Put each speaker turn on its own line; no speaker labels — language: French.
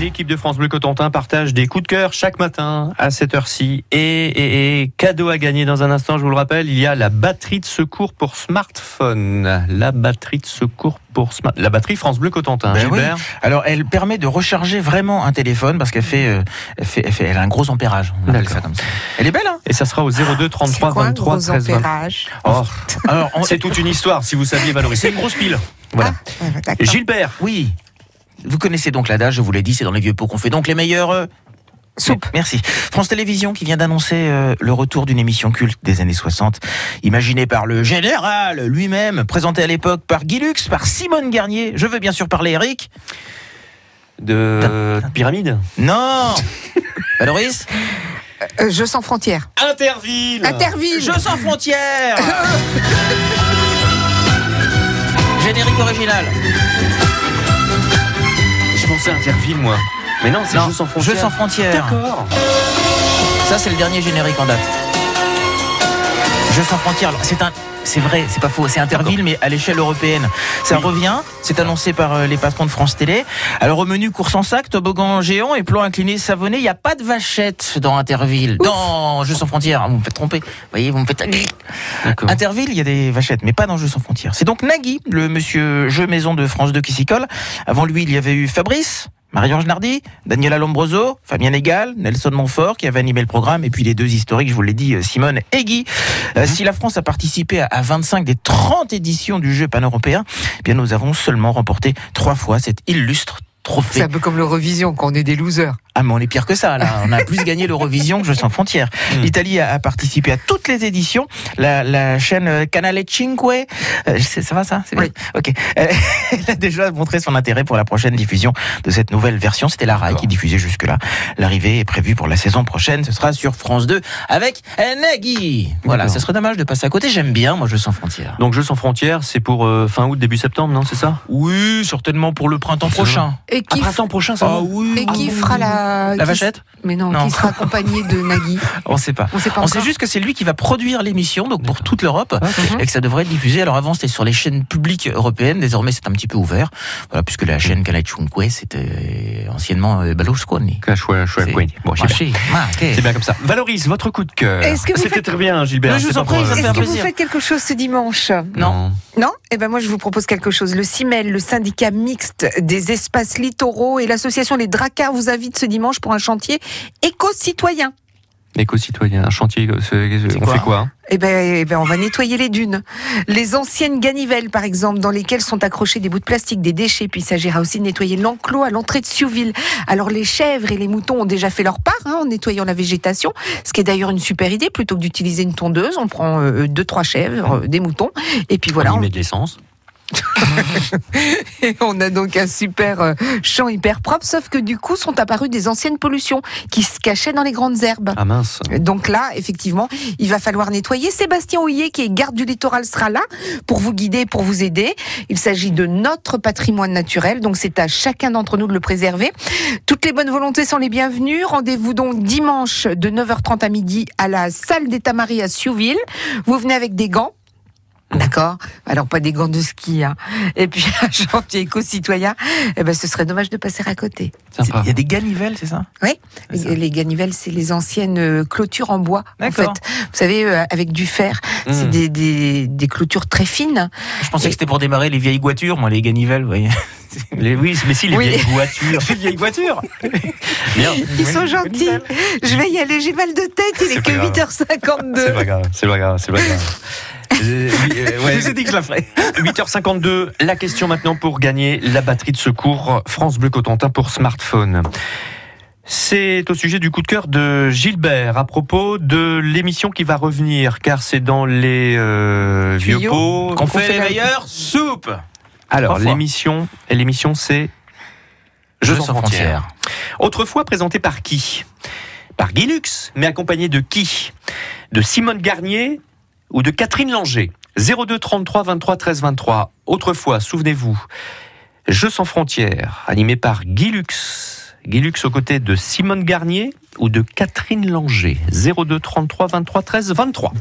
L'équipe de France Bleu Cotentin partage des coups de cœur chaque matin à cette heure-ci. Et, et, et cadeau à gagner dans un instant, je vous le rappelle, il y a la batterie de secours pour smartphone. La batterie de secours pour smart... La batterie France Bleu Cotentin,
Ben oui.
Gilbert.
Alors, elle permet de recharger vraiment un téléphone parce qu'elle fait, euh, elle fait, elle fait- elle a un gros ampérage. On appelle
D'accord.
ça comme ça. Elle est belle, hein
Et ça sera au 02
Ah, C'est
33
quoi un
23
gros
13 20.
ampérage
Oh,
Alors, on-
c'est toute une histoire, si vous saviez valoriser. C'est une grosse pile. Voilà.
Ah, ouais, d'accord.
Gilbert,
oui. Vous connaissez donc l'adage, je vous l'ai dit, c'est dans les vieux pots qu'on fait donc les meilleurs. euh,
Soupe.
Merci. France Télévisions qui vient d'annoncer euh, le retour d'une émission culte des années 60, imaginée par le général lui-même, présentée à l'époque par Guy Lux, par Simone Garnier. Je veux bien sûr parler Eric.
de Pyramide.
Non Bah, Valoris
Euh, Jeux sans frontières.
Interville.
Interville.
Jeux sans frontières Générique original.
Je pensais Interville, moi. Mais non, c'est
Non,
Jeux sans
Jeux
frontières.
sans frontières.
D'accord.
Ça, c'est le dernier générique en date. Jeux sans frontières. Alors, C'est un. C'est vrai, c'est pas faux, c'est Interville, mais à l'échelle européenne. Ça revient, c'est annoncé par euh, les patrons de France Télé. Alors au menu course en sac, toboggan géant et plan incliné savonné, il n'y a pas de vachette dans Interville. Dans Jeux sans frontières, Ah, vous me faites tromper. Vous voyez, vous me faites...
D'accord.
Interville, il y a des vachettes, mais pas dans Jeux sans frontières. C'est donc Nagui, le monsieur jeu maison de France 2 qui s'y colle. Avant lui, il y avait eu Fabrice, Marie-Ange Nardi, Daniela Lombroso, Fabien Egal, Nelson Montfort qui avait animé le programme, et puis les deux historiques, je vous l'ai dit, euh, Simone et Guy. Euh, Si la France a participé à- à 25 des 30 éditions du jeu pan-européen, eh bien nous avons seulement remporté trois fois cet illustre trophée.
C'est un peu comme l'Eurovision quand on est des losers.
Ah mais on est pire que ça là, on a plus gagné l'Eurovision que Jeux sans frontières.
Mm.
L'Italie a, a participé à toutes les éditions, la, la chaîne euh, Canale Cinque, euh, c'est- ça va ça C'est bien
Oui.
Ok. Euh, Elle a déjà montré son intérêt pour la prochaine diffusion de cette nouvelle version, c'était la RAI qui diffusait jusque-là. L'arrivée est prévue pour la saison prochaine, ce sera sur France 2 avec Nagui. Voilà,
D'accord.
ce serait dommage de passer à côté, j'aime bien moi Jeux sans frontières.
Donc Jeux sans frontières, c'est pour euh, fin août, début septembre, non C'est ça
Oui, certainement pour le printemps
prochain.
Et qui, f-
prochain,
Ah oui.
et qui
Ah bon.
fera la. euh,
La
qui s-
vachette
Mais non,
Non.
qui sera accompagné de Nagui.
On sait pas.
On sait pas
On
encore.
sait juste que c'est lui qui va produire l'émission, donc pour toute l'Europe.
Mhm.
et que ça devrait être diffusé. Alors avant, c'était sur les chaînes publiques européennes. Désormais, c'est un petit peu ouvert. Voilà, puisque la chaîne Canal Cinque, c'était anciennement euh, Berlusconi. C'est-
Bon, Gilbert.
Marché, marqué.
C'est bien comme ça. Valorise, votre coup de cœur.
Est-ce que vous
C'était
faites-
très bien, Gilbert.
Mais je vous
c'est
en
pas
prie, ça
pour,
me
euh,
fait un
Est-ce que vous
plaisir.
faites quelque chose ce dimanche
Non.
Non Eh ben moi je vous propose quelque chose. Le CIMEL, le syndicat mixte des espaces littoraux et l'association Les Dracars vous invite ce dimanche pour un chantier éco-citoyen.
Éco-citoyen, un chantier, euh, c'est-
C'est
on
quoi
fait quoi hein
Eh ben, eh ben, on va nettoyer les dunes. Les anciennes ganivelles, par exemple, dans lesquelles sont accrochés des bouts de plastique, des déchets. Puis il s'agira aussi de nettoyer l'enclos à l'entrée de Siouville. Alors les chèvres et les moutons ont déjà fait leur part hein, en nettoyant la végétation, ce qui est d'ailleurs une super idée. Plutôt que d'utiliser une tondeuse, on prend euh, deux, trois chèvres, euh, des moutons, et puis
Bah
voilà,
On y
on-
met de l'essence.
Et on a donc un super euh, champ hyper propre, sauf que du coup sont apparues des anciennes pollutions qui se cachaient dans les grandes herbes.
Ah mince.
Donc là, effectivement, il va falloir nettoyer. Sébastien Hoyer, qui est garde du littoral, sera là pour vous guider, pour vous aider. Il s'agit de notre patrimoine naturel, donc c'est à chacun d'entre nous de le préserver. Toutes les bonnes volontés sont les bienvenues. Rendez-vous donc dimanche de 9h30 à midi à la salle des Tamaris à Siouville. Vous venez avec des gants. D'accord Alors pas des gants de ski. hein. Et puis un chantier éco-citoyen, eh ben, ce serait dommage de passer à côté.
C'est-
Sympa.
Il y a des ganivelles, c'est ça
Oui.
C'est ça.
Et Les ganivelles, c'est les anciennes euh, clôtures en bois. En fait,
D'accord.
vous savez, euh, avec du fer, c'est
Mm.
des, des- des clôtures très fines.
Mmh.
Je pensais que c'était pour démarrer les vieilles voitures, moi, les ganivelles, vous voyez.
Les- oui, mais si, les
Oui.
vieilles voitures. les vieilles voitures Bien.
Ils sont gentils. Je vais y aller, j'ai mal de tête, il
C'est
est
pas
que
grave.
8h52.
C'est pas grave, c'est pas grave, c'est pas grave. Euh, oui, euh, ouais.
Je vous ai dit que je la ferais.
8h52, la question maintenant pour gagner la batterie de secours France Bleu Cotentin pour smartphone. C'est au sujet du coup de cœur de Gilbert à propos de l'émission qui va revenir, car c'est dans les euh, vieux
Tuyaux.
pots
Qu'on fait les
la-
meilleures soupes
Alors
Trois fois.
l'émission, et l'émission c'est Jeux sans frontières.
frontières.
Autrefois présenté par qui Par Guy Lux, mais accompagné de qui De Simone Garnier ou de Catherine Langer 02 33 23 13 23. Autrefois, souvenez-vous, Jeux sans frontières, animé par Guy Lux. Guy Lux aux côtés de Simone Garnier ou de Catherine Langer 02 33 23 13 23.